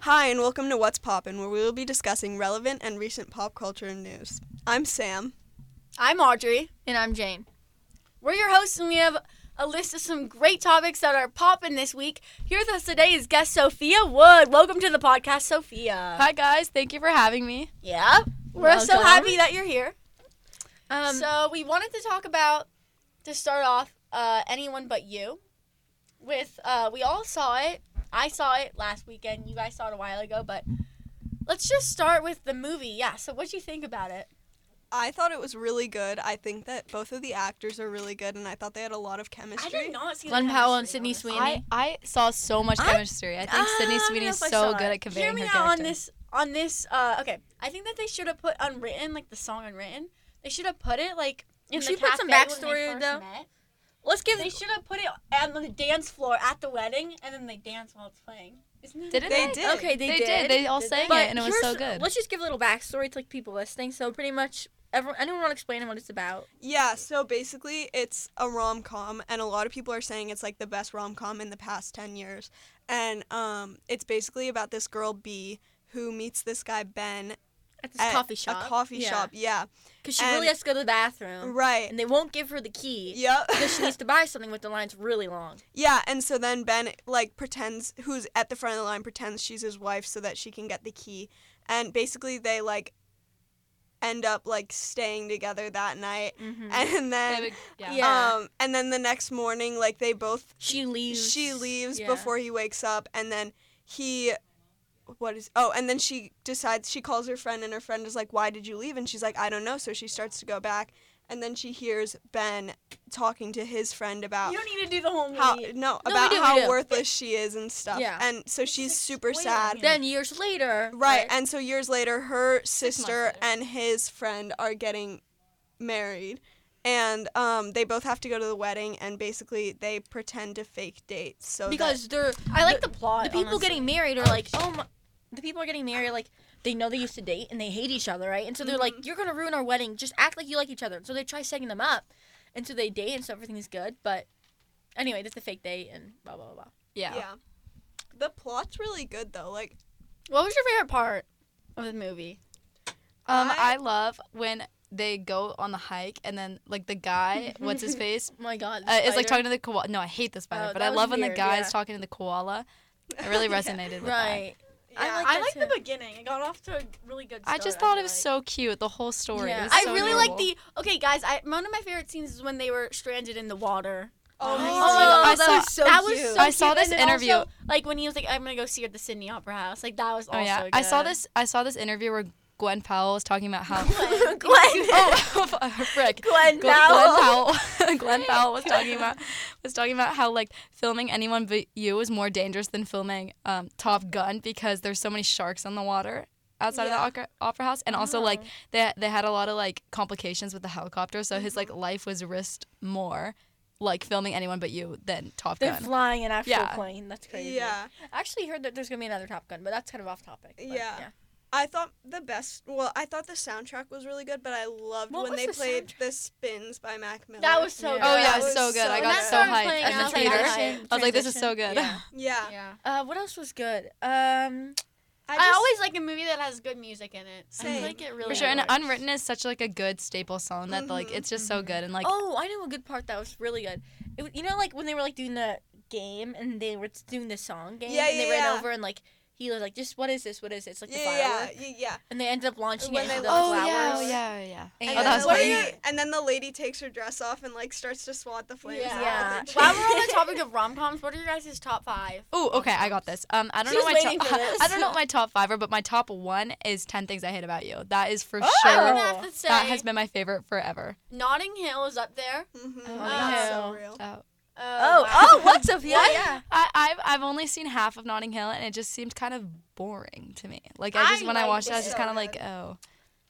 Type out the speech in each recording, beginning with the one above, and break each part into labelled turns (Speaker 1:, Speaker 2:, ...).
Speaker 1: Hi, and welcome to What's Poppin', where we will be discussing relevant and recent pop culture news. I'm Sam.
Speaker 2: I'm Audrey.
Speaker 3: And I'm Jane.
Speaker 2: We're your hosts, and we have a list of some great topics that are popping this week. Here with us today is guest Sophia Wood. Welcome to the podcast, Sophia.
Speaker 3: Hi, guys. Thank you for having me.
Speaker 2: Yeah, we're so
Speaker 3: Welcome.
Speaker 2: happy that you're here.
Speaker 3: Um,
Speaker 2: so we wanted to talk about to start off uh, anyone but you. With uh, we all saw it. I saw it last weekend. You guys saw it a while ago, but let's just start with the movie. Yeah. So what'd you think about it?
Speaker 1: I thought it was really good. I think that both of the actors are really good, and I thought they had a lot of chemistry.
Speaker 2: I did not see
Speaker 3: Glenn
Speaker 2: the
Speaker 3: Powell and
Speaker 2: chemistry,
Speaker 3: Sydney
Speaker 2: honestly.
Speaker 3: Sweeney.
Speaker 4: I, I saw so much
Speaker 2: I-
Speaker 4: chemistry. I think Sydney
Speaker 2: Uh, I don't
Speaker 4: Sweeney
Speaker 2: know
Speaker 4: is
Speaker 2: if I
Speaker 4: so
Speaker 2: saw
Speaker 4: good
Speaker 2: it.
Speaker 4: at conveying
Speaker 2: Hear me
Speaker 4: her
Speaker 2: out
Speaker 4: character.
Speaker 2: on this. On this, uh, okay. I think that they should have put unwritten, like the song unwritten. They should have put it like in
Speaker 3: Should we
Speaker 2: the
Speaker 3: put some
Speaker 2: cafe when
Speaker 3: backstory,
Speaker 2: they first
Speaker 3: though?
Speaker 2: met.
Speaker 3: let's give
Speaker 2: They should have put it on the dance floor at the wedding, and then they dance while it's playing. Isn't that
Speaker 4: Didn't
Speaker 1: They
Speaker 4: they?
Speaker 1: did.
Speaker 3: Okay, they,
Speaker 4: They did. They all
Speaker 2: Did
Speaker 4: sang
Speaker 2: they?
Speaker 4: it, and it was
Speaker 3: here's-
Speaker 4: so good.
Speaker 3: Let's just give a little backstory to like people listening. So pretty much, everyone, anyone want to explain what it's about?
Speaker 1: Yeah, so basically, it's a rom com, and a lot of people are saying it's like the best rom com in the past 10 years. And um, it's basically about this girl, B, who meets this guy, Ben,
Speaker 3: At this
Speaker 1: at
Speaker 3: coffee shop.
Speaker 1: a coffee
Speaker 3: yeah.
Speaker 1: shop. Yeah,
Speaker 3: Because she
Speaker 1: And-
Speaker 3: really has to go to the bathroom,
Speaker 1: right.
Speaker 3: and they won't give her the key
Speaker 1: Yep.
Speaker 3: because she needs to buy something with the lines really long.
Speaker 1: Yeah, and so then Ben like pretends who's at the front of the line pretends she's his wife so that she can get the key. And basically they like end up like staying together that night.
Speaker 3: Mm-hmm.
Speaker 1: And then
Speaker 4: yeah.
Speaker 3: Yeah.
Speaker 1: um and then the next morning like they both
Speaker 3: She leaves.
Speaker 1: she leaves
Speaker 3: Yeah.
Speaker 1: before he wakes up and then he what is oh and then she decides she calls her friend and her friend is like why did you leave and she's like I don't know so she starts to go back and then she hears Ben talking to his friend about
Speaker 2: You don't need to do the whole movie.
Speaker 1: how no,
Speaker 3: we
Speaker 1: about
Speaker 3: do, we
Speaker 1: how
Speaker 3: do.
Speaker 1: worthless she is and stuff.
Speaker 3: Yeah.
Speaker 1: And so
Speaker 2: It's
Speaker 1: she's
Speaker 2: like
Speaker 1: super
Speaker 2: spoiling
Speaker 1: sad.
Speaker 2: you.
Speaker 3: Then years later.
Speaker 1: Right. And so years later her
Speaker 4: months
Speaker 1: sister
Speaker 4: later.
Speaker 1: and his friend are getting married and um, they both have to go to the wedding and basically they pretend to fake dates so that-
Speaker 3: because they're
Speaker 2: I like the, plot.
Speaker 3: the people
Speaker 2: honestly.
Speaker 3: getting married are like, oh my, the people are getting married like they know they used to date and they hate each other, right? And so they're like, you're gonna ruin our wedding. Just act like you like each other. And so they try setting them up, and so they date and so everything's good. But anyway, that's a fake date and blah blah blah. blah.
Speaker 4: yeah.
Speaker 1: yeah. The plot's really good though. Like
Speaker 2: What was your favorite part of the movie?
Speaker 4: Um,
Speaker 1: I-
Speaker 4: I love when they go on the hike, and then like the guy, what's his face,
Speaker 3: Oh my god,
Speaker 4: uh, is like talking to the koala. No, I hate the spider,
Speaker 3: Oh,
Speaker 4: but
Speaker 3: that
Speaker 4: I
Speaker 3: was
Speaker 4: love when the
Speaker 3: weird,
Speaker 4: guy
Speaker 3: yeah.
Speaker 4: is talking to the koala. It really
Speaker 1: Yeah.
Speaker 4: resonated with that.
Speaker 3: right. I
Speaker 1: yeah.
Speaker 3: like
Speaker 2: I
Speaker 3: that
Speaker 2: like the
Speaker 3: too.
Speaker 2: beginning. It got off to a really good.
Speaker 4: I
Speaker 2: Start,
Speaker 4: just thought
Speaker 2: feel
Speaker 4: it was
Speaker 2: like.
Speaker 4: so cute, the whole story.
Speaker 3: Yeah.
Speaker 4: It was
Speaker 2: I
Speaker 4: so
Speaker 2: really like
Speaker 4: adorable.
Speaker 2: the okay, guys. I one of my favorite scenes is when they were stranded in the water.
Speaker 1: oh,
Speaker 4: my
Speaker 1: my
Speaker 4: God.
Speaker 1: God.
Speaker 4: I saw-
Speaker 2: so that was so
Speaker 4: I saw
Speaker 2: cute.
Speaker 4: this
Speaker 2: And then
Speaker 4: interview-
Speaker 2: also, like when he was like, "I'm gonna go see her at the Sydney Opera House." Like that was
Speaker 4: Oh
Speaker 2: also.
Speaker 4: yeah,
Speaker 2: Good.
Speaker 4: I saw this. I saw this interview where Gwen Powell was talking about how.
Speaker 2: Gwen.
Speaker 4: oh, frick.
Speaker 2: Glenn
Speaker 4: Glenn
Speaker 2: Powell.
Speaker 4: Powell. Glenn Powell was talking about was talking about how like filming anyone but you is more dangerous than filming um, Top Gun because there's so many sharks on the water outside
Speaker 1: Yeah.
Speaker 4: of the opera, opera house, and also like they they had a lot of like complications with the helicopter, so his like life was risked more like filming anyone but you than Top
Speaker 3: They're
Speaker 4: Gun.
Speaker 3: flying an actual
Speaker 4: Yeah.
Speaker 3: plane. That's crazy.
Speaker 1: Yeah.
Speaker 3: I actually heard that there's gonna be another Top Gun, but that's kind of off topic. but
Speaker 1: Yeah. I thought the best. Well, I thought the soundtrack was really good, but I loved
Speaker 3: What
Speaker 1: when
Speaker 3: was
Speaker 1: they
Speaker 3: the
Speaker 1: played the spins by Mac Miller.
Speaker 2: That was so.
Speaker 3: Yeah.
Speaker 2: Good.
Speaker 4: Oh yeah,
Speaker 1: That was
Speaker 4: so good. I
Speaker 1: so
Speaker 4: got
Speaker 1: good.
Speaker 4: so
Speaker 1: That's
Speaker 2: what I'm
Speaker 4: hyped
Speaker 2: playing
Speaker 4: at
Speaker 2: out,
Speaker 4: the
Speaker 2: like,
Speaker 4: theater.
Speaker 2: I-
Speaker 4: I was like, this is so good.
Speaker 3: Yeah.
Speaker 1: Yeah,
Speaker 2: Yeah.
Speaker 3: Uh, what else was good? Um,
Speaker 1: I,
Speaker 2: I,
Speaker 1: just,
Speaker 2: always like a movie that has good music in it. I
Speaker 1: Same.
Speaker 2: feel like it really.
Speaker 4: For sure, and uh,
Speaker 2: works.
Speaker 4: unwritten is such like a good staple song that like
Speaker 1: Mhm,
Speaker 4: it's just so good and like
Speaker 3: oh, I know a good part that was really good. It, wa- you know, like when they were like doing the game and they were doing the song game,
Speaker 1: Yeah,
Speaker 3: and they
Speaker 1: yeah,
Speaker 3: ran
Speaker 1: yeah.
Speaker 3: over and like he was like, "Just what is this? What is this?" Like the
Speaker 1: yeah, yeah,
Speaker 3: firework,
Speaker 1: yeah, yeah.
Speaker 3: and they ended up launching
Speaker 1: When
Speaker 3: it into
Speaker 1: they
Speaker 3: the
Speaker 1: launch
Speaker 4: oh,
Speaker 3: flowers.
Speaker 4: yeah, oh yeah, oh yeah.
Speaker 3: And
Speaker 4: Oh,
Speaker 1: then
Speaker 4: that was
Speaker 1: the
Speaker 4: funny.
Speaker 1: lady- and then the lady takes her dress off and like starts to swat the flames
Speaker 2: Yeah.
Speaker 1: out.
Speaker 3: Yeah.
Speaker 1: with her
Speaker 2: While
Speaker 1: dress.
Speaker 2: we're on the topic of rom coms, what are your guys' top five?
Speaker 4: Oh, okay, I got this. Um, I don't
Speaker 3: She
Speaker 4: know
Speaker 3: was
Speaker 4: my
Speaker 3: waiting
Speaker 4: top.
Speaker 3: for this.
Speaker 4: I don't know what my top five are, but my top one is Ten Things I Hate About You. That is for
Speaker 3: Oh,
Speaker 2: I'm
Speaker 4: sure.
Speaker 2: gonna have to say
Speaker 4: That has been my favorite forever.
Speaker 2: Notting Hill is up there.
Speaker 1: Mhm.
Speaker 4: Oh,
Speaker 1: That's
Speaker 3: yeah.
Speaker 1: so real.
Speaker 4: Oh,
Speaker 3: Oh,
Speaker 2: wow.
Speaker 3: oh, what's up? Yeah,
Speaker 2: What?
Speaker 3: yeah.
Speaker 4: I, I've I've only seen half of Notting Hill, and it just seemed kind of boring to me. Like I just
Speaker 2: I
Speaker 4: when I
Speaker 2: liked
Speaker 4: watched it, I
Speaker 1: it
Speaker 4: was
Speaker 1: so
Speaker 4: just kind of
Speaker 1: good.
Speaker 4: like, oh,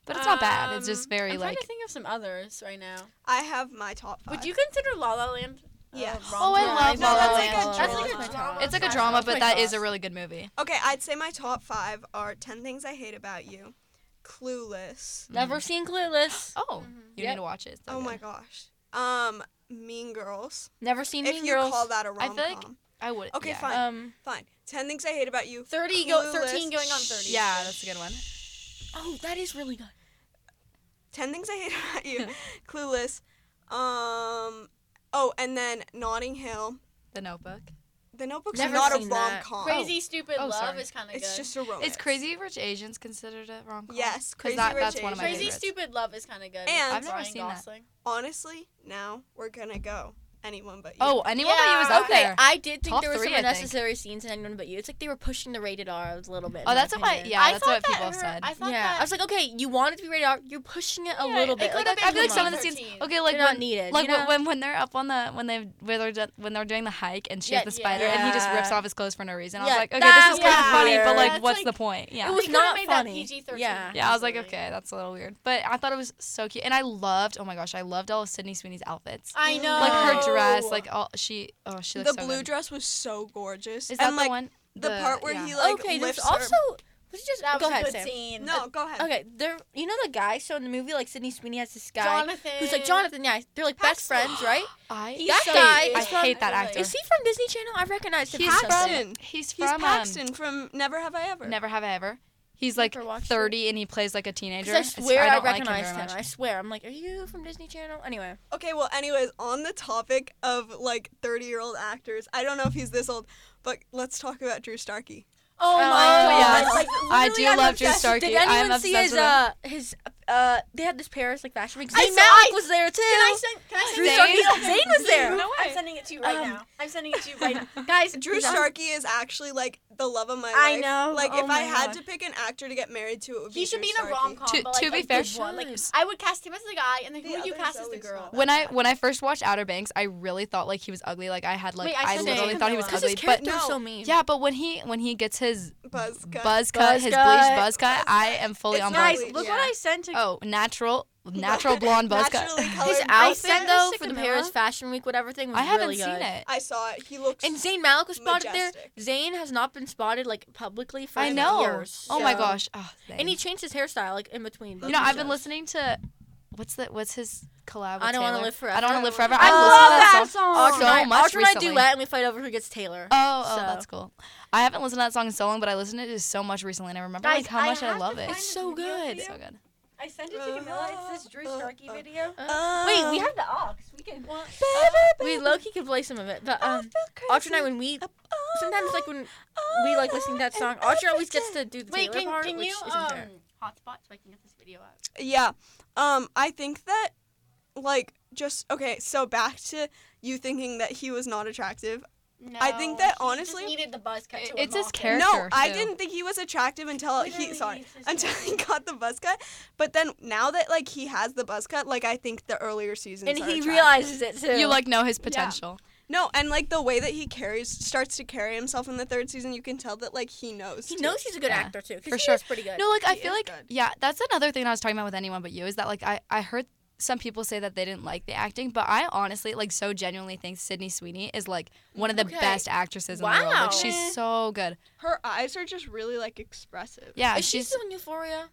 Speaker 4: but it's not bad. It's just
Speaker 2: Um,
Speaker 4: very
Speaker 2: I'm trying
Speaker 4: like.
Speaker 2: to think of some others right now.
Speaker 1: I have my top five.
Speaker 2: Would you consider La La Land? a
Speaker 1: Yeah.
Speaker 2: rom-com?
Speaker 4: Oh, I
Speaker 3: Yeah,
Speaker 4: love
Speaker 3: know,
Speaker 4: La La Land.
Speaker 3: that's like a
Speaker 4: That's
Speaker 3: drama.
Speaker 2: like a drama.
Speaker 4: It's like a
Speaker 2: Sorry,
Speaker 4: drama,
Speaker 2: that's
Speaker 4: but
Speaker 2: my
Speaker 4: that is
Speaker 3: thoughts.
Speaker 4: a really good movie.
Speaker 1: Okay, I'd say my top five are Ten Things I Hate About You, Clueless.
Speaker 3: Never seen Clueless.
Speaker 4: Oh, you
Speaker 3: Yep.
Speaker 4: need to watch it. It's so
Speaker 1: Oh
Speaker 4: good.
Speaker 1: my gosh. Um, Mean Girls.
Speaker 3: Never seen
Speaker 1: if
Speaker 3: Mean
Speaker 1: you
Speaker 3: Girls.
Speaker 1: call that a rom
Speaker 4: I feel
Speaker 1: com.
Speaker 4: like I would.
Speaker 1: Okay,
Speaker 4: yeah.
Speaker 1: fine.
Speaker 3: Um,
Speaker 1: Fine. Ten things I hate about you.
Speaker 2: 30 go,
Speaker 1: Clueless.
Speaker 2: 13 going on 30.
Speaker 4: Yeah, that's a good one.
Speaker 3: oh, that is really good.
Speaker 1: Ten things I hate about you. Clueless. Um. Oh, and then Notting Hill.
Speaker 4: The Notebook.
Speaker 1: The Notebook's
Speaker 3: Never
Speaker 1: not a
Speaker 3: seen
Speaker 1: rom
Speaker 3: that.
Speaker 1: com.
Speaker 2: Crazy Stupid
Speaker 4: Oh,
Speaker 2: Love
Speaker 4: sorry.
Speaker 2: is kind of good.
Speaker 1: It's just a romance.
Speaker 4: Is Crazy Rich Asians considered a rom com?
Speaker 1: Oh, Yes, Crazy
Speaker 4: that,
Speaker 1: Rich
Speaker 4: that's one of my
Speaker 2: Crazy
Speaker 1: Asians.
Speaker 4: favorites.
Speaker 2: Stupid Love is kind of good.
Speaker 1: And-
Speaker 4: I've never
Speaker 2: Ryan
Speaker 4: seen that.
Speaker 2: Gosling.
Speaker 1: Honestly, now we're gonna go. Anyone but you.
Speaker 4: Oh, anyone but you was
Speaker 2: Yeah.
Speaker 4: up
Speaker 3: okay,
Speaker 4: there.
Speaker 3: I did think
Speaker 4: Top
Speaker 3: there were
Speaker 4: three,
Speaker 3: some
Speaker 4: I think.
Speaker 3: unnecessary scenes in anyone but you. It's like they were pushing the rated R a little bit. in
Speaker 4: Oh,
Speaker 3: my
Speaker 4: that's what my
Speaker 3: opinion.
Speaker 4: yeah,
Speaker 2: I
Speaker 4: that's
Speaker 2: thought
Speaker 4: what
Speaker 2: that
Speaker 4: people
Speaker 2: her-
Speaker 4: said.
Speaker 2: I thought
Speaker 3: yeah,
Speaker 2: that
Speaker 3: I was like, okay, you want it to be rated R. You're pushing it a
Speaker 2: Yeah,
Speaker 3: little
Speaker 2: it
Speaker 3: bit.
Speaker 2: could've
Speaker 3: like,
Speaker 2: been
Speaker 4: I feel like
Speaker 2: come
Speaker 4: some
Speaker 2: on.
Speaker 4: of the scenes.
Speaker 2: 13.
Speaker 4: Okay, like
Speaker 3: they're not
Speaker 4: when,
Speaker 3: needed.
Speaker 4: like
Speaker 3: you know?
Speaker 4: when when they're up on the when they where they're do- when they're doing the hike and she
Speaker 2: Yeah,
Speaker 4: has the spider and he just
Speaker 3: yeah.
Speaker 4: rips off his clothes for no reason. I
Speaker 3: Yeah,
Speaker 4: was like, okay,
Speaker 3: that
Speaker 4: this is kind
Speaker 2: was
Speaker 4: of funny,
Speaker 2: weird.
Speaker 4: but like,
Speaker 2: That's
Speaker 4: what's
Speaker 2: like-
Speaker 4: the point? Yeah.
Speaker 3: It was
Speaker 2: They could've
Speaker 3: not
Speaker 2: made
Speaker 3: funny.
Speaker 2: That PG-13
Speaker 3: Yeah.
Speaker 4: yeah, I was like,
Speaker 2: easily.
Speaker 4: okay, that's a little weird, but I thought it was so cute, and I loved. Oh my gosh, I loved all of Sydney Sweeney's outfits,
Speaker 2: I
Speaker 3: Mm.
Speaker 2: know.
Speaker 4: like her dress, like all she. Oh, she
Speaker 1: the
Speaker 4: looks so
Speaker 1: blue
Speaker 4: good.
Speaker 1: dress was so gorgeous.
Speaker 4: Is that
Speaker 1: and, like,
Speaker 4: the one?
Speaker 1: The, part where
Speaker 4: yeah.
Speaker 1: he like
Speaker 3: okay, there's
Speaker 1: lifts
Speaker 3: also. Was it just
Speaker 2: That was
Speaker 3: go
Speaker 2: Uh,
Speaker 3: ahead,
Speaker 2: a good
Speaker 3: Sam.
Speaker 2: scene.
Speaker 1: her. No, go ahead.
Speaker 3: Okay, there. You know the guy. So in the movie, like Sydney Sweeney has this guy
Speaker 2: Jonathan.
Speaker 3: who's like Jonathan. Yeah, they're like best
Speaker 2: Paxton.
Speaker 3: friends, right?
Speaker 4: I
Speaker 3: He's
Speaker 2: That
Speaker 3: so-
Speaker 2: guy
Speaker 3: I
Speaker 2: is from-
Speaker 4: hate that
Speaker 2: I
Speaker 4: actor.
Speaker 2: really-
Speaker 3: Is he from Disney Channel? I recognize him.
Speaker 4: He's
Speaker 3: from
Speaker 4: from-
Speaker 3: something.
Speaker 1: Paxton.
Speaker 4: he's
Speaker 1: He's
Speaker 4: from
Speaker 1: Paxton from Never Have I Ever.
Speaker 4: Um, Never Have I Ever. He's like
Speaker 3: Never watched it.
Speaker 4: 30 and he plays like a
Speaker 3: 'Cause
Speaker 4: teenager.
Speaker 3: I
Speaker 4: It's-
Speaker 3: swear I,
Speaker 4: don't like him
Speaker 3: recognize
Speaker 4: very
Speaker 3: him.
Speaker 4: much.
Speaker 3: I swear. I'm like, are you from Disney Channel? Anyway.
Speaker 1: Okay, well, anyways, on the topic of like 30 year old actors, I don't know if he's this old, but let's talk about Drew Starkey.
Speaker 2: Oh my
Speaker 3: Oh,
Speaker 2: god.
Speaker 3: yes.
Speaker 2: Like,
Speaker 4: I
Speaker 2: literally,
Speaker 4: do
Speaker 2: I'm
Speaker 4: love Drew
Speaker 2: obsessed.
Speaker 4: Starkey.
Speaker 3: Did
Speaker 4: I'm
Speaker 3: anyone see
Speaker 4: obsessed
Speaker 3: his
Speaker 4: with
Speaker 3: uh his uh they had this Paris like fashion week?
Speaker 2: I saw-
Speaker 3: Zayn Malik
Speaker 2: I-
Speaker 3: was there too.
Speaker 2: Can I send? Can I
Speaker 3: Drew
Speaker 2: send
Speaker 4: Zane?
Speaker 2: you
Speaker 3: Starkey?
Speaker 2: something?
Speaker 3: Zane was there.
Speaker 4: No
Speaker 2: I'm
Speaker 4: way.
Speaker 2: sending it to you right
Speaker 3: Um,
Speaker 2: now. I'm sending it to you right now.
Speaker 3: Guys,
Speaker 1: Drew
Speaker 3: he's on-
Speaker 1: Starkey is actually like the love of my life.
Speaker 3: I know.
Speaker 1: Like,
Speaker 3: Oh
Speaker 1: if I
Speaker 3: my
Speaker 1: had
Speaker 3: God.
Speaker 1: to pick an actor to get married to, it would be
Speaker 2: He should
Speaker 1: Drew
Speaker 2: be in a
Speaker 1: Starkey.
Speaker 2: rom com.
Speaker 4: To-
Speaker 2: like,
Speaker 4: to be
Speaker 2: a
Speaker 4: fair,
Speaker 2: good one. Like,
Speaker 3: should.
Speaker 2: I would cast him as the guy, and then
Speaker 1: The
Speaker 2: who would you
Speaker 1: other
Speaker 2: cast
Speaker 1: is
Speaker 2: as the
Speaker 1: always
Speaker 2: girl?
Speaker 1: not
Speaker 4: When I when I first watched Outer Banks, I really thought like he was ugly. Like I had like
Speaker 2: Wait, I
Speaker 4: I,
Speaker 2: said
Speaker 4: literally
Speaker 2: Zane.
Speaker 4: thought he was
Speaker 2: Camilla.
Speaker 3: Because his
Speaker 4: ugly. But
Speaker 3: character was
Speaker 1: no.
Speaker 3: so mean.
Speaker 4: yeah, but when he when he gets his
Speaker 1: Buzz cut.
Speaker 4: buzz cut,
Speaker 3: Buzz
Speaker 4: his
Speaker 3: cut.
Speaker 4: bleach buzz cut, I am fully
Speaker 1: It's
Speaker 4: on
Speaker 1: not
Speaker 4: board.
Speaker 2: Guys,
Speaker 1: Wait,
Speaker 2: look
Speaker 1: yeah.
Speaker 2: what I sent to.
Speaker 4: Oh, natural natural blonde buzz cut.
Speaker 1: Naturally
Speaker 3: His
Speaker 1: colored.
Speaker 2: I
Speaker 3: outfit
Speaker 2: sent
Speaker 3: though
Speaker 2: this to
Speaker 3: for the
Speaker 2: Camilla.
Speaker 3: Paris Fashion Week whatever thing was
Speaker 4: I haven't
Speaker 3: Mm, really
Speaker 4: seen
Speaker 3: good.
Speaker 4: it.
Speaker 1: I saw it. He looks.
Speaker 3: And Zayn Malik was spotted
Speaker 1: Majestic.
Speaker 3: there. Zayn has not been spotted like publicly for
Speaker 4: I know.
Speaker 3: years.
Speaker 4: Oh my
Speaker 3: so-
Speaker 4: gosh. Oh,
Speaker 3: And he
Speaker 4: thanks.
Speaker 3: changed his hairstyle like in between.
Speaker 4: you know, I've been
Speaker 3: shows.
Speaker 4: listening to what's the what's his collab with
Speaker 3: I don't
Speaker 4: want
Speaker 3: wanna
Speaker 4: to
Speaker 3: live forever.
Speaker 4: I don't want to live forever.
Speaker 3: I
Speaker 4: I, listened
Speaker 3: love
Speaker 4: to
Speaker 3: that
Speaker 4: that song
Speaker 3: Audra
Speaker 4: so
Speaker 3: and I,
Speaker 4: much
Speaker 3: Audra and I
Speaker 4: recently.
Speaker 3: duet and we fight over who gets Taylor.
Speaker 4: Oh, oh,
Speaker 3: So-
Speaker 4: that's cool. I haven't listened to that song in so long, but I listened to it so much recently, and I remember
Speaker 2: Guys,
Speaker 4: like how
Speaker 2: I
Speaker 4: much I
Speaker 2: have to
Speaker 4: love it.
Speaker 2: find
Speaker 4: It's
Speaker 2: this
Speaker 4: so
Speaker 2: video for
Speaker 4: good.
Speaker 2: you.
Speaker 4: So good.
Speaker 2: I sent it to Camilla. It's this Drew Starkey video.
Speaker 1: Uh,
Speaker 3: Wait, we have
Speaker 2: the ox. We can.
Speaker 3: uh, we low key can play some of it, but um, Audra and I when we sometimes like when we like listening to that song, Audra always gets to do the
Speaker 2: Wait, can,
Speaker 3: Taylor part,
Speaker 2: can
Speaker 3: which
Speaker 2: you
Speaker 3: isn't
Speaker 2: um,
Speaker 3: fair.
Speaker 2: hotspot so I can get this video up?
Speaker 1: Yeah. Um, I think that like just okay, so back to you thinking that he was not attractive.
Speaker 2: No,
Speaker 1: I think that
Speaker 2: he just
Speaker 1: honestly-
Speaker 2: needed the buzz cut. to
Speaker 4: It's his
Speaker 2: unlock it.
Speaker 4: character.
Speaker 1: no, I
Speaker 4: too.
Speaker 1: didn't think he was attractive until he
Speaker 2: Literally,
Speaker 1: sorry,
Speaker 2: it's his
Speaker 1: until he got the buzz cut. But then now that like he has the buzz cut, like I think the earlier seasons
Speaker 3: And
Speaker 1: are
Speaker 3: he
Speaker 1: attractive.
Speaker 3: realizes it too.
Speaker 4: You like know his potential.
Speaker 1: No, and like the way that he carries starts to carry himself in the third season, you can tell that like he knows.
Speaker 3: he
Speaker 1: too.
Speaker 3: knows he's a good
Speaker 4: Yeah,
Speaker 3: actor too, 'cause
Speaker 4: for
Speaker 3: he
Speaker 4: sure.
Speaker 3: is pretty good.
Speaker 4: No, like I
Speaker 1: He
Speaker 4: feel
Speaker 1: is
Speaker 4: like
Speaker 1: good.
Speaker 4: yeah, that's another thing I was talking about with anyone but you is that like I I heard some people say that they didn't like the acting, but I honestly like so genuinely think Sydney Sweeney is like one of the
Speaker 3: Okay.
Speaker 4: best actresses in the world.
Speaker 3: Wow.
Speaker 4: Like she's so good.
Speaker 1: Her eyes are just really like expressive.
Speaker 4: Yeah,
Speaker 3: is she
Speaker 4: she's
Speaker 3: still in Euphoria?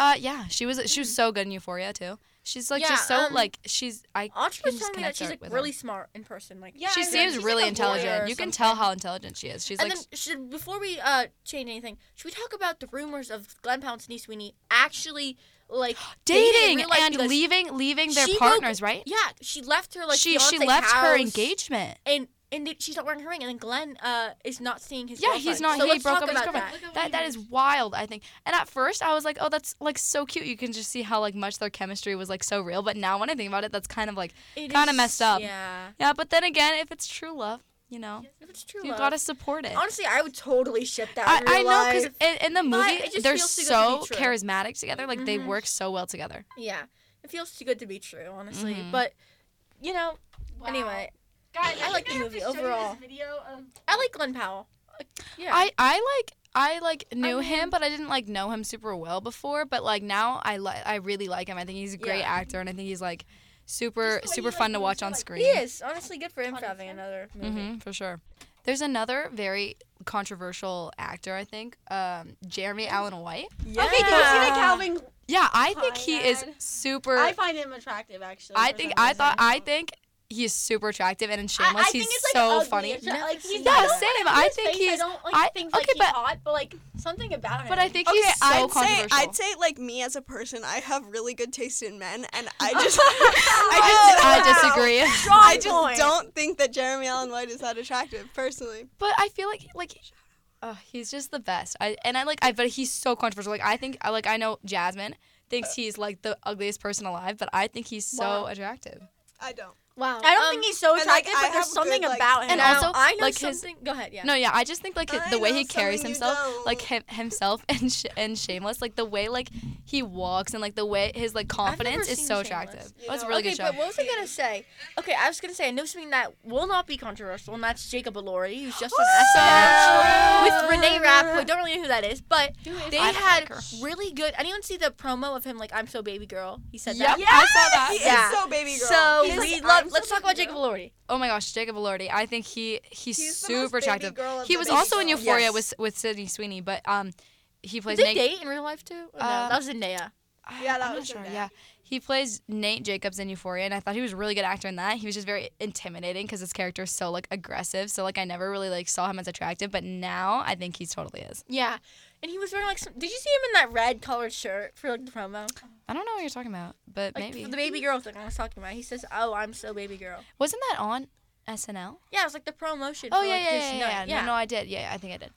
Speaker 4: uh yeah, she was she was so good in Euphoria too. She's like
Speaker 3: Yeah,
Speaker 4: just so
Speaker 3: um,
Speaker 4: like she's I
Speaker 3: Audra
Speaker 4: can
Speaker 3: was
Speaker 4: just
Speaker 3: telling me that
Speaker 4: connect
Speaker 3: she's
Speaker 4: her
Speaker 3: like
Speaker 4: with her.
Speaker 3: really smart in person. Like
Speaker 2: Yeah,
Speaker 4: she
Speaker 2: I heard
Speaker 4: seems
Speaker 2: she's, like,
Speaker 4: really
Speaker 2: a warrior
Speaker 4: intelligent.
Speaker 3: or
Speaker 4: You can tell
Speaker 3: something.
Speaker 4: how intelligent she is. She's
Speaker 3: And
Speaker 4: like
Speaker 3: then should, before we uh change anything, should we talk about the rumors of Glenn Pound Sydney Sweeney actually like
Speaker 4: dating
Speaker 3: in real life
Speaker 4: and
Speaker 3: because
Speaker 4: leaving leaving their
Speaker 3: she broke-
Speaker 4: partners, right?
Speaker 3: Yeah, she left her like
Speaker 4: she she
Speaker 3: fiance's
Speaker 4: left her
Speaker 3: house,
Speaker 4: engagement.
Speaker 3: and and they- she's not wearing her ring, and then Glenn uh is not seeing his
Speaker 4: Yeah, he's
Speaker 3: girlfriend.
Speaker 4: not.
Speaker 3: So
Speaker 4: he
Speaker 3: let's
Speaker 4: broke
Speaker 3: talk
Speaker 4: up with his
Speaker 3: about
Speaker 4: girlfriend.
Speaker 3: that.
Speaker 4: That. that that is wild. I think. And at first, I was like, oh, that's like so cute. You can just see how like much their chemistry was like so real. But now when I think about it, that's kind of like
Speaker 3: It
Speaker 4: kinda
Speaker 3: is-
Speaker 4: messed up.
Speaker 3: Yeah,
Speaker 4: yeah. But then again, if it's true love, you know,
Speaker 3: if it's true.
Speaker 4: you
Speaker 3: love.
Speaker 4: gotta support it.
Speaker 3: Honestly, I would totally ship that.
Speaker 4: I,
Speaker 3: in real
Speaker 4: I know because
Speaker 3: life.
Speaker 4: in, in the
Speaker 3: But
Speaker 4: movie
Speaker 3: it just
Speaker 4: they're
Speaker 3: feels too good
Speaker 4: so
Speaker 3: to be true.
Speaker 4: charismatic together. Like they
Speaker 3: Mhm.
Speaker 4: work so well together.
Speaker 3: yeah, it feels too good to be true, honestly.
Speaker 4: Mhm.
Speaker 3: But you know,
Speaker 2: Wow.
Speaker 3: anyway,
Speaker 2: guys,
Speaker 3: I
Speaker 2: think
Speaker 3: like the
Speaker 2: have to
Speaker 3: movie
Speaker 2: show you this
Speaker 3: overall.
Speaker 2: video of-
Speaker 3: I like Glenn Powell. Like, Yeah,
Speaker 4: I I like I like knew
Speaker 3: mean-
Speaker 4: him, but I didn't like know him super well before. But like now, I li- I really like him. I think he's a great
Speaker 3: Yeah.
Speaker 4: actor, and I think he's like super
Speaker 2: Just the way
Speaker 4: super
Speaker 2: he, like,
Speaker 4: fun to
Speaker 2: moves
Speaker 4: watch
Speaker 2: and,
Speaker 4: on
Speaker 2: like,
Speaker 4: screen.
Speaker 3: he is honestly good for him for
Speaker 2: Content.
Speaker 3: having another movie.
Speaker 4: hmm for sure. There's another very controversial actor, I think, um, Jeremy Allen White.
Speaker 1: Yeah.
Speaker 2: Okay, Christina Calvin.
Speaker 4: Yeah, I think he is
Speaker 2: Hi, Dad.
Speaker 4: super.
Speaker 2: I
Speaker 4: I,
Speaker 2: find him attractive, actually. for
Speaker 4: think
Speaker 2: some
Speaker 4: I thought
Speaker 2: reason.
Speaker 4: I think he is super attractive, and in
Speaker 2: I,
Speaker 4: Shameless
Speaker 2: I think
Speaker 4: he's
Speaker 2: it's like
Speaker 4: so
Speaker 2: ugly
Speaker 4: funny.
Speaker 2: attra- like, he's,
Speaker 4: Yeah,
Speaker 2: I don't like
Speaker 4: same.
Speaker 2: his
Speaker 4: I think
Speaker 2: face.
Speaker 4: he's-
Speaker 2: I don't like
Speaker 4: I-
Speaker 2: think
Speaker 4: okay,
Speaker 2: like he's
Speaker 4: but-
Speaker 2: hot, but like something about him.
Speaker 4: But I think
Speaker 1: Okay,
Speaker 4: he's so
Speaker 1: I'd say
Speaker 4: controversial.
Speaker 1: I'd say like me as a person, I have really good taste in men, and I just I just
Speaker 4: I
Speaker 1: don't know.
Speaker 4: disagree.
Speaker 2: strong
Speaker 1: I just
Speaker 2: point.
Speaker 1: don't think that Jeremy Allen White is that attractive, personally.
Speaker 4: But I feel like like oh, he's just the best. I and I like I but he's so controversial. Like I think I like I know Jasmine
Speaker 2: Uh.
Speaker 4: thinks he's like the ugliest person alive, but I think he's so
Speaker 3: Wow.
Speaker 4: attractive.
Speaker 1: I don't.
Speaker 3: Wow.
Speaker 2: I don't
Speaker 3: Um,
Speaker 2: think he's so
Speaker 1: and, like,
Speaker 2: attractive,
Speaker 1: I
Speaker 2: but there's
Speaker 1: have
Speaker 2: something
Speaker 1: good, like-
Speaker 2: about him.
Speaker 4: And
Speaker 3: now,
Speaker 4: also,
Speaker 3: I know
Speaker 4: like, his-
Speaker 3: something. Go ahead. Yeah.
Speaker 4: No, yeah, I just think like
Speaker 1: I
Speaker 4: the way
Speaker 1: know
Speaker 4: he carries
Speaker 1: something you
Speaker 4: himself, like him
Speaker 1: don't.
Speaker 4: himself and sh- and Shameless, like the way like he walks and like the way his like confidence is
Speaker 3: seen
Speaker 4: so
Speaker 3: Shameless.
Speaker 4: attractive.
Speaker 1: You
Speaker 4: Oh, it's a
Speaker 1: know,
Speaker 4: really
Speaker 3: okay,
Speaker 4: good show.
Speaker 3: but what was I gonna say? Okay, I was gonna say I know something that will not be controversial, and that's Jacob Elordi, who's just on SNL with Renee Rapp, who I don't really know who that is, but they
Speaker 4: I don't
Speaker 3: had
Speaker 4: like her.
Speaker 3: really good. Anyone see the promo of him like I'm so baby girl? He said
Speaker 4: Yep, Oh,
Speaker 3: that.
Speaker 4: I saw that.
Speaker 1: He
Speaker 3: Yeah.
Speaker 1: is so baby girl.
Speaker 3: So
Speaker 1: He's
Speaker 3: we
Speaker 1: like,
Speaker 3: love.
Speaker 1: I'm so
Speaker 3: Let's talk
Speaker 1: baby
Speaker 3: about Jacob
Speaker 1: girl.
Speaker 3: Elordi.
Speaker 4: Oh my gosh, Jacob Elordi. I think he
Speaker 1: He's
Speaker 4: he's,
Speaker 1: the most
Speaker 4: super
Speaker 1: baby
Speaker 4: attractive.
Speaker 1: girl of
Speaker 4: He
Speaker 1: the
Speaker 4: was
Speaker 1: baby
Speaker 4: also in
Speaker 1: girls.
Speaker 4: Euphoria
Speaker 3: Yes.
Speaker 4: with with Sydney Sweeney, but um he plays
Speaker 3: Did they
Speaker 4: Nate.
Speaker 3: date in real life too? Or no?
Speaker 4: Um,
Speaker 3: that was Zendaya.
Speaker 4: I-
Speaker 1: Yeah, that
Speaker 4: I'm
Speaker 1: was
Speaker 4: not
Speaker 1: in
Speaker 4: sure.
Speaker 1: that.
Speaker 4: Yeah, he plays Nate Jacobs in Euphoria, and I thought he was a really good actor in that. He was just very intimidating because his character is so like aggressive. So like I never really like saw him as attractive, but now I think he totally is.
Speaker 3: Yeah, and he was wearing like. Some, did you see him in that red colored shirt for like the promo?
Speaker 4: I don't know what you're talking about, but
Speaker 3: Like
Speaker 4: maybe
Speaker 3: the baby girl thing I was talking about. He says, "Oh, I'm so baby girl."
Speaker 4: wasn't that on SNL?
Speaker 3: Yeah, it was like the promotion.
Speaker 4: Oh
Speaker 3: for,
Speaker 4: yeah,
Speaker 3: like,
Speaker 4: yeah,
Speaker 3: this
Speaker 4: yeah, yeah,
Speaker 3: night.
Speaker 4: yeah. No, no, I did. Yeah, I think I did.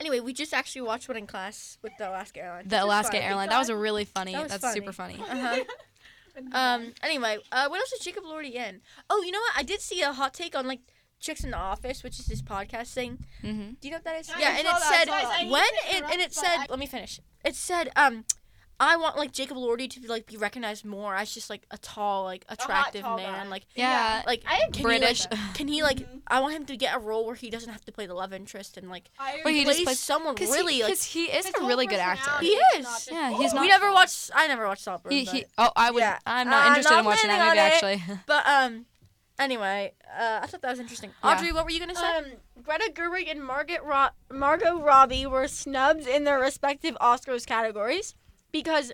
Speaker 3: Anyway, we just actually watched one in class with the Alaska Airlines.
Speaker 4: The Alaska Uh-huh. Airline. That was a really funny.
Speaker 3: That was
Speaker 4: That's super funny.
Speaker 3: Uh huh. um. Anyway, uh, what else is Jacob Lordy in? Oh, you know what? I did see a hot take on like chicks in the office, which is this podcast thing.
Speaker 4: hmm
Speaker 3: Do you know what that is?
Speaker 5: Guys,
Speaker 3: yeah, and
Speaker 1: I
Speaker 3: it
Speaker 1: saw that,
Speaker 3: said
Speaker 1: I saw that.
Speaker 5: Guys, I
Speaker 3: when
Speaker 5: need to
Speaker 3: it and it
Speaker 5: interrupt, but
Speaker 3: said.
Speaker 5: I-
Speaker 3: Let me finish. It said um. I want like Jacob Lordy to like be recognized more as just like a tall, like attractive
Speaker 5: tall
Speaker 3: man.
Speaker 5: guy.
Speaker 3: Like
Speaker 4: Yeah.
Speaker 3: like
Speaker 5: I agree
Speaker 3: can
Speaker 4: British.
Speaker 3: He, like, can he like?
Speaker 1: Mhm.
Speaker 3: I want him to get a role where he doesn't have to play the love interest and like
Speaker 5: I
Speaker 4: But he
Speaker 3: plays
Speaker 4: just plays
Speaker 3: someone
Speaker 4: because
Speaker 3: really
Speaker 4: he,
Speaker 3: like.
Speaker 4: 'cause he is
Speaker 5: His
Speaker 4: a
Speaker 5: whole
Speaker 4: really good actor.
Speaker 5: personality
Speaker 3: He
Speaker 5: is
Speaker 3: is.
Speaker 5: not just-
Speaker 4: Yeah, he's
Speaker 5: Ooh.
Speaker 4: not-
Speaker 3: we
Speaker 2: Um,
Speaker 3: never watched. I never watched Saltburn.
Speaker 4: He,
Speaker 3: but,
Speaker 4: he, oh, I would.
Speaker 3: Yeah.
Speaker 4: I'm
Speaker 3: Uh,
Speaker 4: not interested
Speaker 3: not
Speaker 4: in watching that movie
Speaker 3: landing on
Speaker 4: actually.
Speaker 3: but, um, anyway, uh, I thought that was interesting.
Speaker 4: Yeah.
Speaker 3: Audrey, what were you gonna say?
Speaker 5: Um, Greta Gerwig and Margaret Ro- Margot Robbie were snubbed in their respective Oscars categories because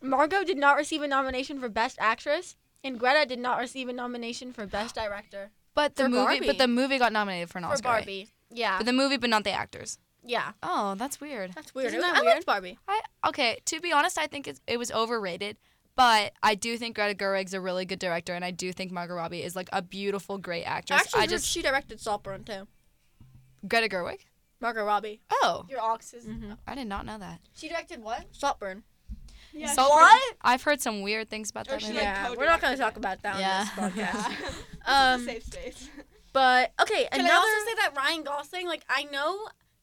Speaker 5: Margot did not receive a nomination for Best Actress and Greta did not receive a nomination for Best Director
Speaker 4: But the
Speaker 3: For
Speaker 4: movie,
Speaker 3: Barbie.
Speaker 4: but the movie got nominated for an
Speaker 5: for
Speaker 4: Oscar. right?
Speaker 5: Barbie. Yeah,
Speaker 4: But the movie, but not the actors.
Speaker 5: yeah.
Speaker 4: Oh, that's weird.
Speaker 3: That's weird.
Speaker 5: isn't that
Speaker 3: I
Speaker 5: weird?
Speaker 3: liked Barbie.
Speaker 4: I okay. To be honest, I think it's, it was overrated. But I do think Greta Gerwig's a really good director, and I do think Margot Robbie is like a beautiful, great actress.
Speaker 3: Actually,
Speaker 4: I
Speaker 3: her-
Speaker 4: just
Speaker 3: she directed Saltburn too.
Speaker 4: Greta Gerwig.
Speaker 3: Margot Robbie.
Speaker 4: Oh,
Speaker 5: Your ox is.
Speaker 4: I did not know that.
Speaker 5: She directed what?
Speaker 3: Saltburn.
Speaker 5: Yeah,
Speaker 4: Saltburn-
Speaker 3: What?
Speaker 4: I've heard some weird things about
Speaker 1: Or
Speaker 4: that
Speaker 1: she,
Speaker 4: movie.
Speaker 1: like,
Speaker 3: yeah, we're not gonna
Speaker 1: co-directed
Speaker 3: talk
Speaker 1: it.
Speaker 3: about that
Speaker 4: Yeah.
Speaker 3: on this podcast.
Speaker 1: This is
Speaker 3: um,
Speaker 1: a safe space.
Speaker 3: but okay,
Speaker 2: Can
Speaker 3: another.
Speaker 2: I also say that Ryan Gosling, like I know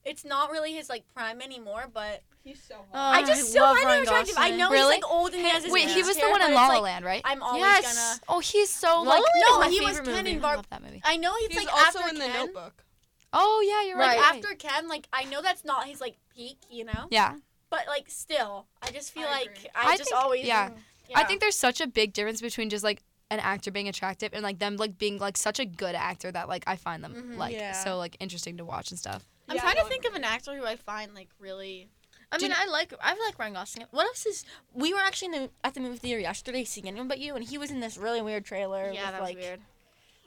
Speaker 2: it's not really his like prime anymore, but
Speaker 1: He's so
Speaker 3: Oh,
Speaker 1: hot.
Speaker 2: I just still
Speaker 3: love
Speaker 2: find
Speaker 3: Ryan
Speaker 2: him attractive. I
Speaker 3: Gosling.
Speaker 2: know
Speaker 4: Really?
Speaker 2: he's like old and he has his
Speaker 4: Wait, he
Speaker 2: mixed
Speaker 4: was the
Speaker 2: hair,
Speaker 4: one in
Speaker 2: but
Speaker 4: La
Speaker 2: it's,
Speaker 4: La
Speaker 2: like,
Speaker 4: Land, right?
Speaker 2: I'm always
Speaker 3: yes.
Speaker 2: gonna.
Speaker 4: oh, he's so
Speaker 3: La La
Speaker 4: like.
Speaker 3: Land is
Speaker 2: No,
Speaker 3: my
Speaker 2: he was
Speaker 3: favorite
Speaker 2: Ken
Speaker 3: movie.
Speaker 2: in
Speaker 4: I
Speaker 2: Barb.
Speaker 4: love that movie.
Speaker 2: I know he's,
Speaker 1: He's
Speaker 2: like
Speaker 1: also
Speaker 2: after
Speaker 1: in the
Speaker 2: Ken.
Speaker 1: Notebook.
Speaker 4: Oh yeah, you're right.
Speaker 3: Right.
Speaker 4: right.
Speaker 2: After Ken, like I know that's not his like peak, you know.
Speaker 4: Yeah.
Speaker 2: But like still, I just feel
Speaker 1: I
Speaker 2: like
Speaker 1: agree.
Speaker 2: I,
Speaker 4: I
Speaker 2: just
Speaker 4: think-
Speaker 2: always.
Speaker 4: yeah.
Speaker 2: yeah.
Speaker 4: I think there's such a big difference between just like an actor being attractive and like them like being like such a good actor that like I find them
Speaker 2: Mhm.
Speaker 4: like
Speaker 3: Yeah.
Speaker 4: so like interesting to watch and stuff.
Speaker 2: I'm
Speaker 1: Yeah,
Speaker 2: trying
Speaker 1: I
Speaker 2: to
Speaker 1: don't
Speaker 2: think of an actor who I find like really.
Speaker 3: I
Speaker 4: Do
Speaker 3: mean, I like I like Ryan Gosling. What else is? We were actually in the, at the movie theater yesterday, seeing anyone but you, and he was in this really weird trailer.
Speaker 2: Yeah,
Speaker 3: with,
Speaker 2: that was
Speaker 3: like,
Speaker 2: weird.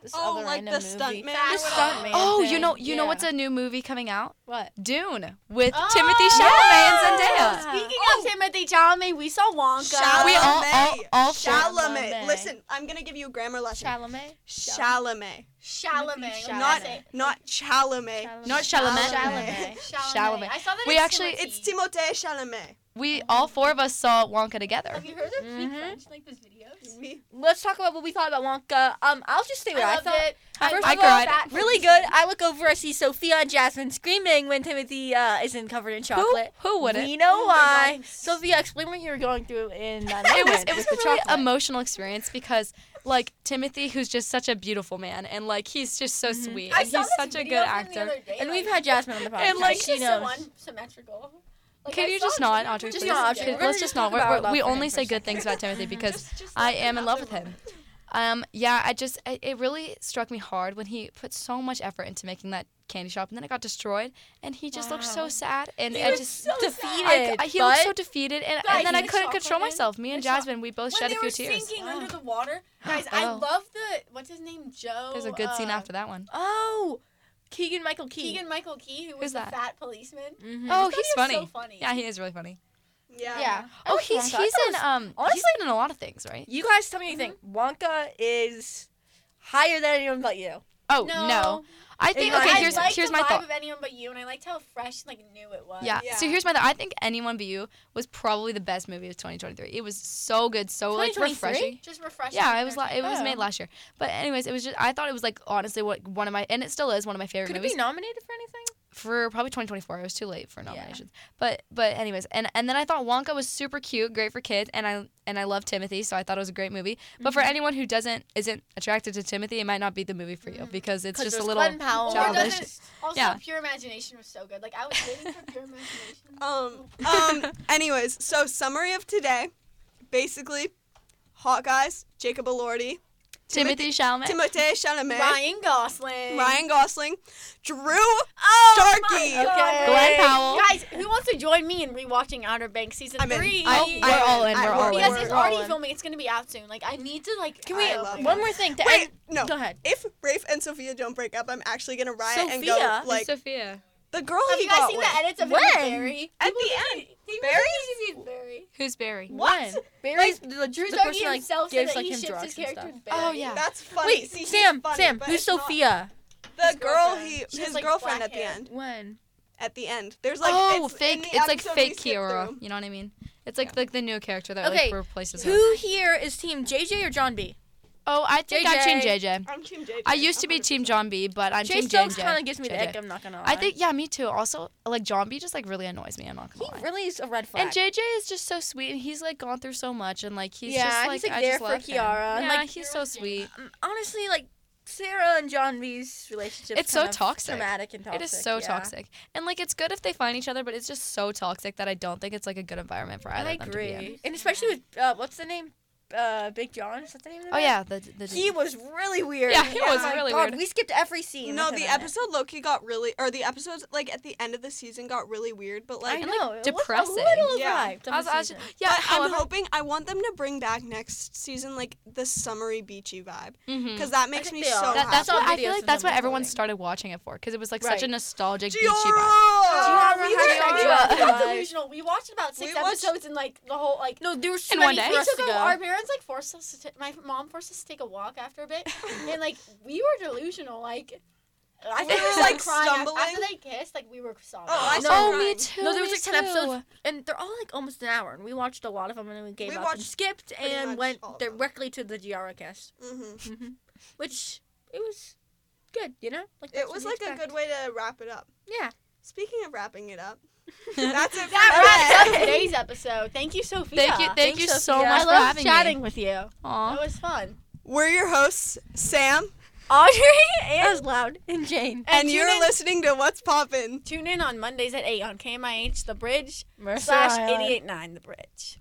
Speaker 3: This
Speaker 1: Oh,
Speaker 3: other
Speaker 1: like the
Speaker 3: random movie.
Speaker 1: stuntman.
Speaker 3: The
Speaker 5: The
Speaker 3: stuntman.
Speaker 5: stuntman
Speaker 4: oh, you know, you know
Speaker 3: Yeah.
Speaker 4: what's a new movie coming out?
Speaker 3: What?
Speaker 4: Dune with
Speaker 2: Oh,
Speaker 4: Timothy Chalamet and Zendaya. Oh.
Speaker 3: yeah.
Speaker 2: Speaking of Timothy Chalamet, we saw Wonka.
Speaker 1: Shall
Speaker 4: We all, all,
Speaker 1: Chalamet.
Speaker 4: all four-
Speaker 1: Chalamet.
Speaker 3: Chalamet.
Speaker 1: Listen, I'm gonna give you a grammar lesson.
Speaker 3: Chalamet.
Speaker 1: Chalamet,
Speaker 2: Chalamet.
Speaker 3: Chalamet.
Speaker 1: not not Chalamet.
Speaker 2: Chalamet.
Speaker 4: Not Chalamet.
Speaker 1: Chalamet.
Speaker 2: Chalamet.
Speaker 4: Chalamet.
Speaker 2: I saw that
Speaker 4: We
Speaker 2: it's
Speaker 4: actually-
Speaker 2: Timothy.
Speaker 1: It's Timothée Chalamet.
Speaker 4: We all four of us saw Wonka together.
Speaker 5: Have you heard of
Speaker 3: Mhm.
Speaker 5: mm
Speaker 4: Mm-hmm.
Speaker 5: French like those videos?
Speaker 1: We-
Speaker 3: Let's talk about what we thought about Wonka. Um, I'll just say what I,
Speaker 2: I loved
Speaker 3: thought.
Speaker 2: it.
Speaker 3: First
Speaker 4: I
Speaker 3: of all,
Speaker 4: cried.
Speaker 2: that
Speaker 3: really good. I look over, I see Sophia and Jasmine screaming when Timothy uh, isn't covered in
Speaker 4: Who,
Speaker 3: chocolate.
Speaker 4: who wouldn't?
Speaker 3: We know
Speaker 2: Oh my
Speaker 3: why.
Speaker 2: God.
Speaker 3: Sophia, explain what you were going through in that
Speaker 4: it was
Speaker 3: moment
Speaker 4: it was a
Speaker 3: with the
Speaker 4: really
Speaker 3: chocolate.
Speaker 4: emotional experience because like Timothy, who's just such a beautiful man, and like he's just so
Speaker 3: Mhm.
Speaker 4: sweet,
Speaker 2: Mm-hmm. I
Speaker 4: and
Speaker 2: saw
Speaker 4: he's
Speaker 2: this
Speaker 4: such a
Speaker 2: video of him
Speaker 4: good
Speaker 2: the
Speaker 4: actor.
Speaker 2: other day,
Speaker 3: and
Speaker 2: like,
Speaker 3: we've had Jasmine on the podcast.
Speaker 4: And, like,
Speaker 3: she
Speaker 2: she's
Speaker 3: knows.
Speaker 2: so unsymmetrical. Like,
Speaker 4: Can
Speaker 2: I
Speaker 4: you
Speaker 2: saw
Speaker 4: just
Speaker 2: it,
Speaker 4: not,
Speaker 2: and I
Speaker 4: Audrey?
Speaker 2: was
Speaker 3: Just
Speaker 4: please?
Speaker 2: like,
Speaker 3: not,
Speaker 2: "This
Speaker 3: Audrey.
Speaker 2: is
Speaker 4: Okay,
Speaker 3: We're
Speaker 4: let's
Speaker 3: just
Speaker 4: just not.
Speaker 3: talking
Speaker 4: We're,
Speaker 3: about
Speaker 4: we're-
Speaker 3: love
Speaker 4: we
Speaker 3: for him
Speaker 4: only
Speaker 3: for
Speaker 4: say
Speaker 3: a
Speaker 4: good things about Timothy because
Speaker 1: just- just
Speaker 4: I
Speaker 1: like
Speaker 4: am in love with
Speaker 1: another
Speaker 4: him. Um, yeah, I just it, it really struck me hard when he put so much effort into making that candy shop, and then it got destroyed, and he just looked
Speaker 3: Wow.
Speaker 4: so sad, and
Speaker 2: He
Speaker 4: I
Speaker 2: was
Speaker 4: just.
Speaker 2: so sad.
Speaker 3: defeated.
Speaker 4: I, I- he looked so
Speaker 3: but-
Speaker 4: defeated, and,
Speaker 2: Guys,
Speaker 4: and then I
Speaker 2: the
Speaker 4: couldn't
Speaker 2: chocolate
Speaker 4: control
Speaker 2: man,
Speaker 4: myself. Me and
Speaker 2: the cho-
Speaker 4: Jasmine, we both
Speaker 2: when
Speaker 4: shed
Speaker 2: they
Speaker 4: a few
Speaker 2: were
Speaker 4: tears. Ah.
Speaker 2: sinking
Speaker 3: Oh.
Speaker 2: under the water, guys, I
Speaker 4: Oh.
Speaker 2: love the what's his name, Joe.
Speaker 4: There's a good scene
Speaker 2: uh,
Speaker 4: after that one.
Speaker 3: Oh, Keegan Michael Key.
Speaker 2: Keegan Michael Key, Mm-hmm. who was
Speaker 4: Who's
Speaker 2: the
Speaker 4: that?
Speaker 2: fat policeman.
Speaker 3: Mhm.
Speaker 4: Oh,
Speaker 2: thought
Speaker 4: he's
Speaker 2: he was
Speaker 4: funny.
Speaker 2: so funny.
Speaker 4: Yeah, he is really funny.
Speaker 1: Yeah.
Speaker 2: Yeah.
Speaker 3: I
Speaker 4: Oh,
Speaker 3: like
Speaker 4: he's
Speaker 3: Wonka. I
Speaker 4: he's
Speaker 3: thought it
Speaker 4: in
Speaker 3: was-
Speaker 4: um he's
Speaker 3: honestly-
Speaker 4: been in a lot of things, right?
Speaker 3: You guys tell me what you think. Wonka is higher than anyone but you.
Speaker 4: Oh no, I think
Speaker 3: It
Speaker 4: okay.
Speaker 3: reminds-
Speaker 2: I
Speaker 4: Here's
Speaker 2: liked
Speaker 4: here's
Speaker 2: the
Speaker 4: my
Speaker 2: vibe
Speaker 4: thought.
Speaker 2: of anyone but you, and I liked how fresh, and, like new it was.
Speaker 4: Yeah.
Speaker 1: Yeah.
Speaker 4: So here's my thought. I think anyone but you was probably the best movie of 2023. It was so good, so like
Speaker 3: 2023?
Speaker 4: refreshing.
Speaker 2: just refreshing.
Speaker 4: Yeah, it
Speaker 2: and
Speaker 4: was la- it was
Speaker 3: Oh.
Speaker 4: made last year. But anyways, it was just I thought it was like honestly what one of my and it still is one of my favorite
Speaker 3: Could it
Speaker 4: movies
Speaker 3: be nominated for anything?
Speaker 4: for probably 2024. It was too late for
Speaker 3: Yeah.
Speaker 4: nominations. But but anyways, and and then I thought Wonka was super cute, great for kids, and I and I love Timothy, so I thought it was a great movie. But for
Speaker 3: Mm-hmm.
Speaker 4: anyone who doesn't isn't attracted to Timothy, it might not be the movie for
Speaker 3: Mm-hmm.
Speaker 4: you because it's just a little
Speaker 2: Or
Speaker 3: Powell.
Speaker 4: childish.
Speaker 2: doesn't- Oh, Also,
Speaker 4: Yeah.
Speaker 2: pure imagination was so good. Like I was waiting for pure imagination.
Speaker 1: Um. Um. anyways, so summary of today, basically, hot guys, Jacob Elordi,
Speaker 4: Timothy Chalamet.
Speaker 1: Timothée Chalamet,
Speaker 2: Ryan Gosling.
Speaker 1: Ryan Gosling, Drew
Speaker 2: Oh,
Speaker 1: Sharkey.
Speaker 2: my God.
Speaker 4: Glenn Powell.
Speaker 2: Guys, who wants to join me in rewatching Outer Banks season
Speaker 1: I'm in.
Speaker 2: three?
Speaker 1: I-
Speaker 4: Oh, we're all in.
Speaker 1: I- we're-
Speaker 4: We're all
Speaker 2: because
Speaker 4: in.
Speaker 2: it's
Speaker 3: We're
Speaker 2: already
Speaker 3: all in.
Speaker 2: filming. It's gonna be out soon. Like I need to like.
Speaker 3: Can we?
Speaker 1: I love
Speaker 3: one
Speaker 1: it.
Speaker 3: more thing to
Speaker 1: Wait,
Speaker 3: end.
Speaker 1: no.
Speaker 3: Go ahead.
Speaker 1: If Rafe and Sophia don't break up, I'm actually gonna riot and
Speaker 3: Sophia?
Speaker 1: go
Speaker 3: And
Speaker 1: like
Speaker 4: Sophia.
Speaker 1: the girl
Speaker 2: Have
Speaker 1: he
Speaker 2: you guys
Speaker 1: got
Speaker 2: seen
Speaker 1: with.
Speaker 2: the edits of him
Speaker 3: When?
Speaker 2: and Barry?
Speaker 1: At the end,
Speaker 2: Barry. Barry.
Speaker 4: Who's Barry?
Speaker 3: What? Barry's the,
Speaker 2: Drew
Speaker 3: the
Speaker 2: Sharkey
Speaker 3: person like
Speaker 2: himself said
Speaker 3: gives
Speaker 2: that
Speaker 3: like
Speaker 2: he
Speaker 3: him
Speaker 2: ships
Speaker 3: drugs
Speaker 2: his
Speaker 3: and
Speaker 2: character
Speaker 3: stuff.
Speaker 2: with Barry.
Speaker 4: Oh yeah.
Speaker 1: that's funny.
Speaker 3: Wait,
Speaker 1: See, she's
Speaker 3: Sam,
Speaker 1: funny,
Speaker 3: Sam,
Speaker 1: but
Speaker 3: who's
Speaker 1: it's not-
Speaker 3: Sophia?
Speaker 1: The
Speaker 2: His
Speaker 1: girl
Speaker 2: girlfriend.
Speaker 1: he,
Speaker 2: She has,
Speaker 1: his
Speaker 2: like,
Speaker 1: girlfriend
Speaker 2: black
Speaker 1: at the
Speaker 2: hair.
Speaker 1: end.
Speaker 3: When?
Speaker 1: At the end, there's like
Speaker 4: oh,
Speaker 1: it's, in
Speaker 4: fake.
Speaker 1: the
Speaker 4: It's like
Speaker 1: episode we
Speaker 4: fake
Speaker 1: skipped
Speaker 4: Kiora.
Speaker 1: through.
Speaker 4: You know what I mean? It's like the, the new character that
Speaker 3: Okay,
Speaker 4: like replaces her.
Speaker 3: Who here is team JJ or John B?
Speaker 4: Oh, I think I'm team
Speaker 3: JJ.
Speaker 4: JJ.
Speaker 1: I'm team JJ.
Speaker 4: I used to be
Speaker 1: 100%.
Speaker 4: team John B, but I'm
Speaker 3: Jay
Speaker 4: team
Speaker 3: Stokes
Speaker 4: JJ.
Speaker 3: kind of gives me the
Speaker 4: JJ.
Speaker 3: ick. I'm not gonna lie.
Speaker 4: I think yeah, me too. Also, like John B just like really annoys me. I'm not
Speaker 3: he
Speaker 4: gonna lie.
Speaker 3: really is a red flag.
Speaker 4: And JJ is just so sweet, and he's like gone through so much, and like he's
Speaker 3: Yeah,
Speaker 4: just
Speaker 3: he's,
Speaker 4: like,
Speaker 3: like,
Speaker 4: I
Speaker 3: there
Speaker 4: just
Speaker 3: for
Speaker 4: love him.
Speaker 3: Kiara, and,
Speaker 4: Yeah,
Speaker 3: like,
Speaker 4: he's
Speaker 2: Kiara's
Speaker 4: so
Speaker 2: doing
Speaker 4: sweet.
Speaker 3: Um, honestly, like Sarah and John B's relationship.
Speaker 4: It's so
Speaker 3: kind of
Speaker 4: toxic.
Speaker 3: Dramatic and toxic.
Speaker 4: It is so
Speaker 3: yeah.
Speaker 4: toxic, and like it's good if they find each other, but it's just so toxic that I don't think it's like a good environment for either
Speaker 3: I
Speaker 4: of them to be in.
Speaker 3: agree, and especially with uh, what's the name, uh, Big John. Is that the name? Of the
Speaker 4: Oh
Speaker 3: man?
Speaker 4: yeah, the the
Speaker 3: he was really weird.
Speaker 4: Yeah, he
Speaker 3: Oh
Speaker 4: was
Speaker 3: my
Speaker 4: really
Speaker 3: God,
Speaker 4: weird.
Speaker 3: We skipped every scene.
Speaker 1: No,
Speaker 3: with him
Speaker 1: the
Speaker 3: in it.
Speaker 1: episode Loki got really, or the episodes like at the end of the season got really weird. But like,
Speaker 3: I
Speaker 4: and,
Speaker 3: know.
Speaker 4: like,
Speaker 3: it was a
Speaker 4: depressing.
Speaker 3: little
Speaker 1: Yeah.
Speaker 3: arrived of
Speaker 4: I was,
Speaker 3: the
Speaker 4: I was
Speaker 3: season.
Speaker 4: yeah,
Speaker 1: but
Speaker 4: however,
Speaker 1: I'm hoping I want them to bring back next season like the summery beachy vibe
Speaker 4: mhm.
Speaker 1: because that makes
Speaker 3: think
Speaker 1: me
Speaker 3: they
Speaker 1: so
Speaker 3: are.
Speaker 4: That, that's
Speaker 3: I saw
Speaker 4: what I
Speaker 3: videos
Speaker 4: feel like.
Speaker 3: of
Speaker 4: That's
Speaker 3: them
Speaker 4: what everyone
Speaker 3: recording.
Speaker 4: started watching it for because it was like such a
Speaker 3: Right.
Speaker 4: nostalgic
Speaker 1: happy.
Speaker 4: beachy vibe.
Speaker 1: Giora!
Speaker 3: Giora,
Speaker 2: we
Speaker 3: how
Speaker 2: were
Speaker 3: do you
Speaker 2: actually
Speaker 3: like
Speaker 2: pretty
Speaker 3: Giora?
Speaker 2: delusional. We watched about six
Speaker 1: We watched-
Speaker 2: episodes in like the whole like.
Speaker 3: No, there was so
Speaker 4: In one
Speaker 3: many
Speaker 4: day?
Speaker 3: for
Speaker 2: We
Speaker 3: us
Speaker 2: took
Speaker 3: to
Speaker 2: a,
Speaker 3: go.
Speaker 2: our parents like forced us to. T- my mom forced us to take a walk after a bit, and like we were delusional. Like I think we
Speaker 1: were,
Speaker 2: were
Speaker 1: like,
Speaker 2: like crying after,
Speaker 1: stumbling.
Speaker 2: after they kissed. Like we were sobbing.
Speaker 1: Oh, I
Speaker 3: No.
Speaker 1: saw
Speaker 3: Oh,
Speaker 1: Ryan.
Speaker 4: too.
Speaker 3: no, there was like ten
Speaker 4: me
Speaker 3: episodes, and they're all like almost an hour, and we watched a lot of them, and then we gave
Speaker 1: We
Speaker 3: up and
Speaker 1: watched
Speaker 3: skipped
Speaker 1: pretty
Speaker 3: and
Speaker 1: much
Speaker 3: went
Speaker 1: all of them.
Speaker 3: directly to the Giara cast,
Speaker 1: Mhm.
Speaker 3: which it was good, you know. Like
Speaker 1: It was like a good way to wrap it up.
Speaker 3: Yeah.
Speaker 1: Speaking of wrapping it up, that's it. for
Speaker 2: That
Speaker 1: today.
Speaker 2: wraps up today's episode. Thank you, Sophia.
Speaker 4: Thank you, thank
Speaker 3: Thanks,
Speaker 4: you so much
Speaker 3: Sophia.
Speaker 2: I
Speaker 4: for
Speaker 2: love
Speaker 4: having
Speaker 2: chatting
Speaker 4: me.
Speaker 2: with you.
Speaker 4: Aw.
Speaker 2: It was fun.
Speaker 1: We're your hosts, Sam,
Speaker 3: Audrey and was loud and Jane.
Speaker 1: and,
Speaker 2: tune
Speaker 1: you're
Speaker 2: in-
Speaker 1: listening to What's Poppin'.
Speaker 2: Tune in on Mondays at eight on KMIH The Bridge
Speaker 3: Mercer
Speaker 2: slash
Speaker 3: Island.
Speaker 2: eighty eight nine The Bridge.